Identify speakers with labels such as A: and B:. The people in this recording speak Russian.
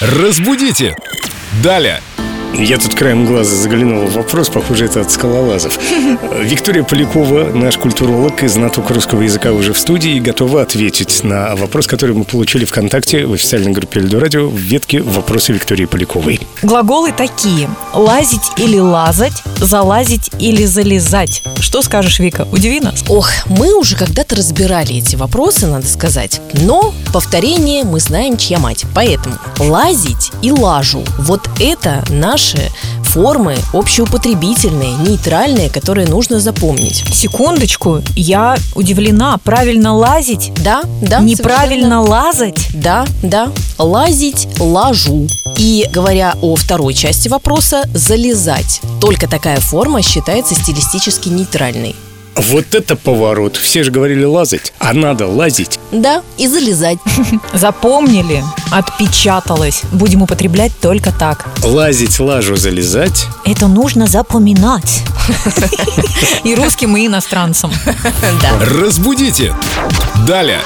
A: Разбудите! Далее!
B: Я тут краем глаза заглянул в вопрос, похоже, это от скалолазов. Виктория Полякова, наш культуролог и знаток русского языка уже в студии, готова ответить на вопрос, который мы получили ВКонтакте в официальной группе Эльдорадио в ветке «Вопросы Виктории Поляковой».
C: Глаголы такие. Лазить или лазать, залазить или залезать. Что скажешь, Вика? Удиви нас.
D: Ох, мы уже когда-то разбирали эти вопросы, надо сказать. Но повторение мы знаем, чья мать. Поэтому лазить и лажу. Вот это наши формы общеупотребительные, нейтральные, которые нужно запомнить.
C: Секундочку, я удивлена. Правильно лазить?
D: Да, да.
C: Неправильно
D: совершенно.
C: лазать?
D: Да, да. Лазить, лажу. И говоря о второй части вопроса, залезать. Только такая форма считается стилистически нейтральной.
B: Вот это поворот! Все же говорили лазать, а надо лазить.
D: Да, и залезать.
C: Запомнили? Отпечаталось. Будем употреблять только так.
B: Лазить, лажу, залезать.
C: Это нужно запоминать. И русским, и иностранцам.
D: Да.
A: Разбудите! Далее!